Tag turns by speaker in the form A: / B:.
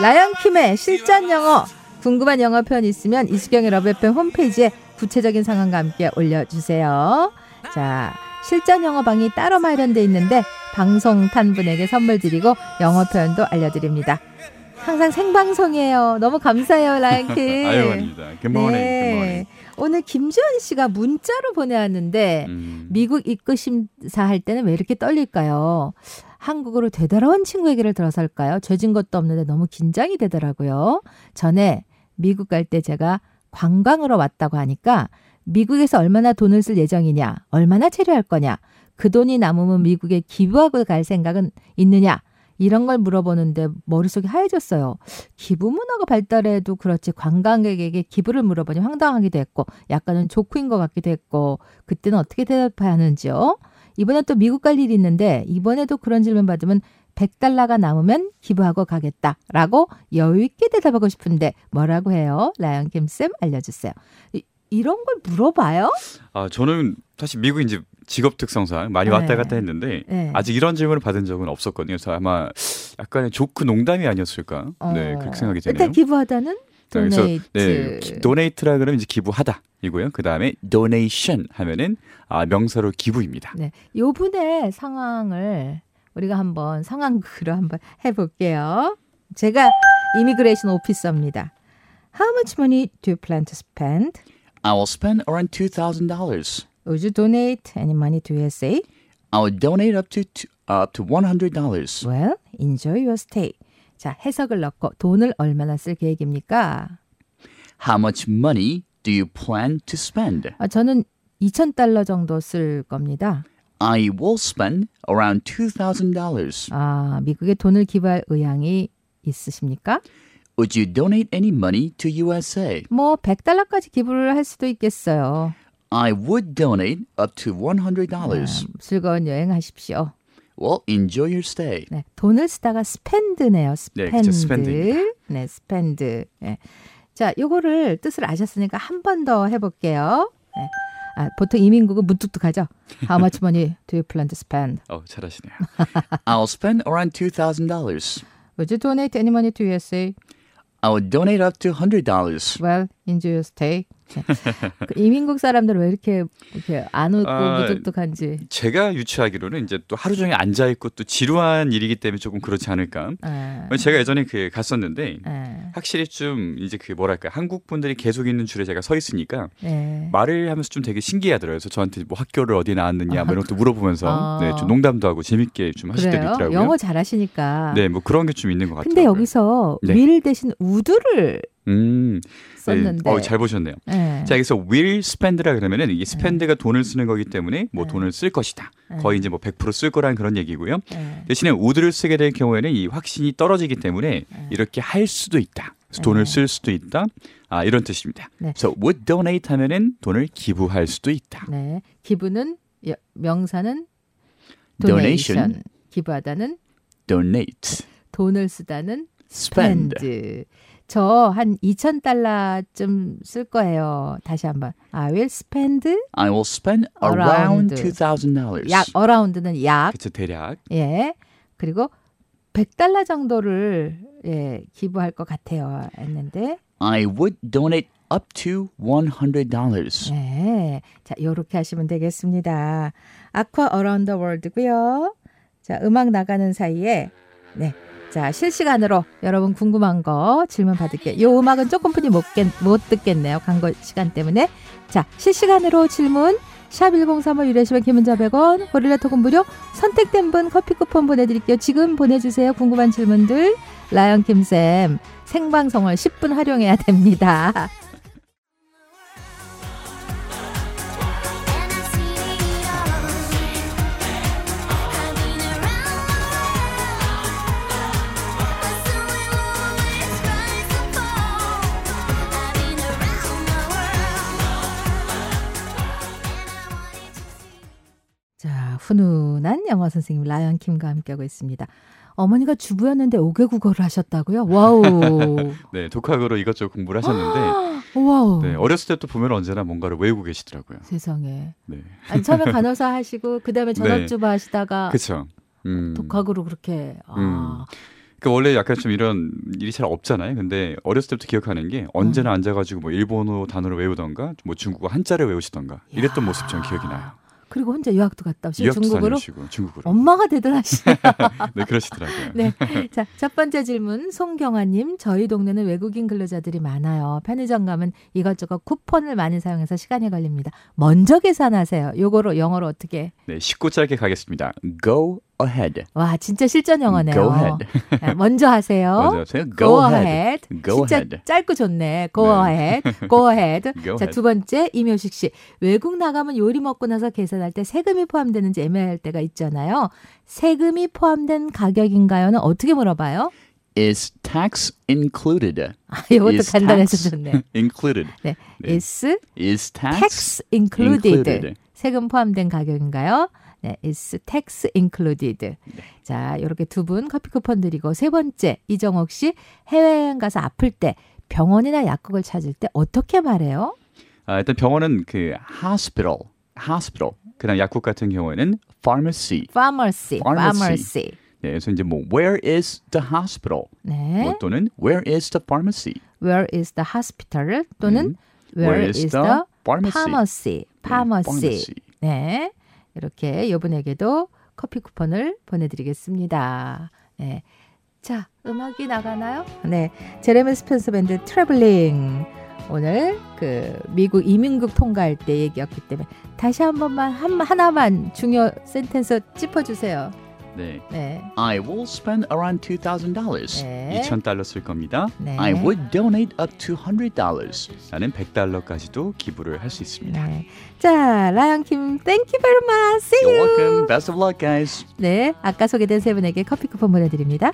A: 라이언 킴의 실전 영어 궁금한 영어 표현 있으면 이수경의 러브FM 홈페이지에 구체적인 상황과 함께 올려주세요. 자, 실전 영어 방이 따로 마련돼 있는데 방송 탄 분에게 선물 드리고 영어 표현도 알려드립니다. 항상 생방송이에요. 너무 감사해요, 라이언 킴.
B: 아유 아닙니다. 굿모닝
A: 네.
B: 굿모닝.
A: 오늘 김지현 씨가 문자로 보내왔는데
B: 음.
A: 미국 입국 심사 할 때는 왜 이렇게 떨릴까요? 한국으로 되돌아온 친구 얘기를 들어설까요? 죄진 것도 없는데 너무 긴장이 되더라고요. 전에 미국 갈 때 제가 관광으로 왔다고 하니까 미국에서 얼마나 돈을 쓸 예정이냐, 얼마나 체류할 거냐, 그 돈이 남으면 미국에 기부하고 갈 생각은 있느냐, 이런 걸 물어보는데 머릿속이 하얘졌어요. 기부 문화가 발달해도 그렇지 관광객에게 기부를 물어보니 황당하기도 했고 약간은 조크인 것 같기도 했고 그때는 어떻게 대답해야 하는지요? 이번에 또 미국 갈 일이 있는데 이번에도 그런 질문 받으면 100달러가 남으면 기부하고 가겠다라고 여유 있게 대답하고 싶은데 뭐라고 해요? 라이언 김쌤 알려주세요. 이, 이런 걸 물어봐요?
B: 아 저는 사실 미국 이제 직업 특성상 많이
A: 네.
B: 왔다 갔다 했는데
A: 네.
B: 아직 이런 질문을 받은 적은 없었거든요. 그래서 아마 약간의 조크 농담이 아니었을까. 네
A: 어.
B: 그렇게 생각이
A: 일단
B: 되네요.
A: 기부하다는
B: 네, 그래서,
A: 도네이트.
B: 네, 기- 도네이트라 그러면 이제 기부하다 이고요. 그 다음에 donation 하면은 아, 명사로 기부입니다.
A: 네, 요 분의 상황을 우리가 한번 상황극으로 한번 해볼게요. 제가 이미그레이션 오피서입니다. How much money do you plan to spend?
C: I will spend around two thousand dollars.
A: Would you donate any money to USA?
C: I will donate up to two, up to one hundred dollars.
A: Well, enjoy your stay. 자, 해석을 넣고 돈을 얼마나 쓸 계획입니까?
C: How much money do you plan to spend?
A: 아, 저는 2,000달러 정도 쓸 겁니다.
C: I will spend around two thousand dollars.
A: 아, 미국에 돈을 기부할 의향이 있으십니까?
C: Would you donate any money to USA?
A: 뭐 100달러까지 기부를 할 수도 있겠어요.
C: I would donate up to one hundred dollars.
A: 음, 즐거운 여행하십시오.
C: Well, enjoy your stay.
A: 네, 돈을 쓰다가 스펜드네요.
B: 네,
A: 스펜드.
B: 그쵸, spending입니다.
A: 네, 스펜드. 예. 자, 요거를 뜻을 아셨으니까 한 번 더 해볼게요. 예. 아, 보통 이민국은 무뚝뚝하죠. How much money do you plan to spend?
B: 어 잘하시네요.
C: I'll spend around two thousand dollars.
A: Would you donate any money to USA?
C: I will donate up to hundred dollars.
A: Well, enjoy your stay. 예. 그 이민국 사람들 왜 이렇게 이렇게 안 웃고
B: 아,
A: 무뚝뚝한지.
B: 제가 유추하기로는 이제 또 하루 종일 앉아 있고 또 지루한 일이기 때문에 조금 그렇지 않을까.
A: 예.
B: 제가 예전에 그 갔었는데
A: 예.
B: 확실히 좀 이제 그 뭐랄까 한국 분들이 계속 있는 줄에 제가 서 있으니까
A: 예.
B: 말을 하면서 좀 되게 신기하더라고요. 그래서 저한테 뭐 학교를 어디 나왔느냐 뭐 이런 것도 물어보면서
A: 아.
B: 네, 좀 농담도 하고 재밌게 좀 하실 때도
A: 그래요?
B: 있더라고요.
A: 영어 잘하시니까.
B: 네, 뭐 그런 게 좀 있는 것 같아요.
A: 근데 여기서
B: 네.
A: will 대신 would를
B: 음,
A: 썼는데.
B: 네, 어, 잘 보셨네요.
A: 예.
B: 자, 여기서 will spend라 그러면은 이게 spend가 돈을 쓰는 거기 때문에 뭐
A: 네.
B: 돈을 쓸 것이다.
A: 네.
B: 거의 이제 뭐 100%쓸 거라는 그런 얘기고요.
C: 네.
A: 예.
B: 대신에 would를 쓰게 될 경우에는 이 확신이 떨어지기 때문에
A: 네.
B: 이렇게 할 수도 있다. 그래서 돈을 쓸 수도 있다. 아, 이런 뜻입니다.
A: 네.
B: 그래서 would donate 하면은 돈을 기부할 수도 있다.
A: 네. 기부는 여- 명사는
C: Donation.
A: donation, 기부하다는
C: Donate.
A: 돈을 쓰다는
C: Spend.
A: spend. 저 한 2,000달러쯤 쓸 거예요. 다시 한번. I will spend
C: I will spend
A: Around.
C: around two thousand dollars.
A: 약 around는 약.
B: 그쵸, 대략.
A: 예. 그리고 100달러 정도를 예, 기부할 것 같아요. 했는데
C: I would donate up to $100.
A: 네. 자, 요렇게 하시면 되겠습니다. 아쿠아 어라운드 월드고요. 자, 음악 나가는 사이에 네. 자, 실시간으로 여러분 궁금한 거 질문 받을게요. 요 음악은 조금뿐이 못, 겠, 못 듣겠네요. 광고 시간 때문에. 자, 실시간으로 질문 샵 1035 유래시면 김은자 100원 고릴라 토금 무료 선택된 분 커피 쿠폰 보내드릴게요. 지금 보내주세요. 궁금한 질문들 라이언 김쌤 생방송을 10분 활용해야 됩니다.
D: And I see it all. I've been around the world, but someone always tries to fall. I've been around the world, and I wanted to see.
A: 자, 훈훈한 영어 선생님 라이언 킴과 함께하고 있습니다. 어머니가 주부였는데 5개 국어를 하셨다고요? 와우.
B: 네, 독학으로 이것저것 공부를
A: 아.
B: 하셨는데
A: 와우.
B: 네, 어렸을 때 또 보면 언제나 뭔가를 외우고 계시더라고요.
A: 세상에.
B: 네.
A: 아니, 처음에 간호사 아. 하시고 그다음에 전업주부 하시다가
B: 그쵸 음.
A: 독학으로 그렇게 아.
B: 음. 그 원래 약간 좀 이런 일이 잘 없잖아요. 근데 어렸을 때부터 기억하는 게
A: 네.
B: 언제나 앉아가지고 뭐 일본어 단어를 외우던가 뭐 중국어 한자를 외우시던가 이랬던 모습 전 기억이 나요.
A: 그리고 혼자 유학도 갔다 오시고
B: 유학도
A: 아, 중국으로
B: 다니시고 중국으로.
A: 엄마가 대단하시네.
B: 네 그러시더라고요.
A: 네. 자, 첫 번째 질문 송경아님. 저희 동네는 외국인 근로자들이 많아요. 편의점 가면 이것저것 쿠폰을 많이 사용해서 시간이 걸립니다. 먼저 계산하세요. 요거로 영어로 어떻게?
B: 네 쉽고 짧게 가겠습니다.
C: Go ahead.
A: 와, 진짜 실전 영어네요.
C: Go ahead.
A: 야, 먼저 하세요.
B: 먼저 하세요. 그,
A: Go
C: Go ahead.
A: ahead.
C: Go
A: 진짜
C: ahead.
A: 짧고 좋네. Go
B: 네.
A: ahead. Go ahead.
B: Go
A: 자,
B: ahead.
A: 두 번째 임효식 씨. 외국 나가면 요리 먹고 나서 계산할 때 세금이 포함되는지 애매할 때가 있잖아요. 세금이 포함된 가격인가요는 어떻게 물어봐요?
C: Is tax included?
A: 아, 이것도
C: Is
A: 간단해서
C: tax
A: 좋네.
B: included.
A: 네.
B: 네.
A: is
C: Is tax?
A: tax included.
C: included.
A: 세금 포함된 가격인가요? 네, is tax included. 자, 이렇게 두 분 커피 쿠폰 드리고 세 번째 이정옥 씨 해외여행 가서 아플 때 병원이나 약국을 찾을 때 어떻게 말해요?
B: 아, 일단 병원은 그
C: Hospital. Hospital.
B: 그다음 약국 같은 경우에는
C: Pharmacy.
A: pharmacy,
C: Pharmacy.
A: pharmacy.
C: 네, 그래서 이제 뭐 Where is the hospital?
A: 네,
C: 뭐 또는 Where is the pharmacy?
A: where is the hospital 또는 음. where is the pharmacy, pharmacy.
C: pharmacy.
A: 네, 이렇게 여분에게도 커피 쿠폰을 보내드리겠습니다. 네, 자 음악이 나가나요? 네, 제레미 스펜스 밴드 트래블링. 오늘 그 미국 이민국 통과할 때 얘기였기 때문에 다시 한 번만 한 하나만 중요 센텐스 짚어주세요.
B: 네,
A: 네,
C: I will spend around two thousand dollars.
A: 네,
B: 2천 달러 쓸 겁니다. 뭐
A: 네.
C: I would donate up to hundred dollars.
B: 나는 100달러까지도 기부를 할 수 있습니다.
A: 네. 자, 라이언 킴, thank you very much. See
C: You're
A: you.
C: welcome. Best of luck, guys.
A: 네, 아까 소개된 세 분에게 커피 쿠폰 보내드립니다.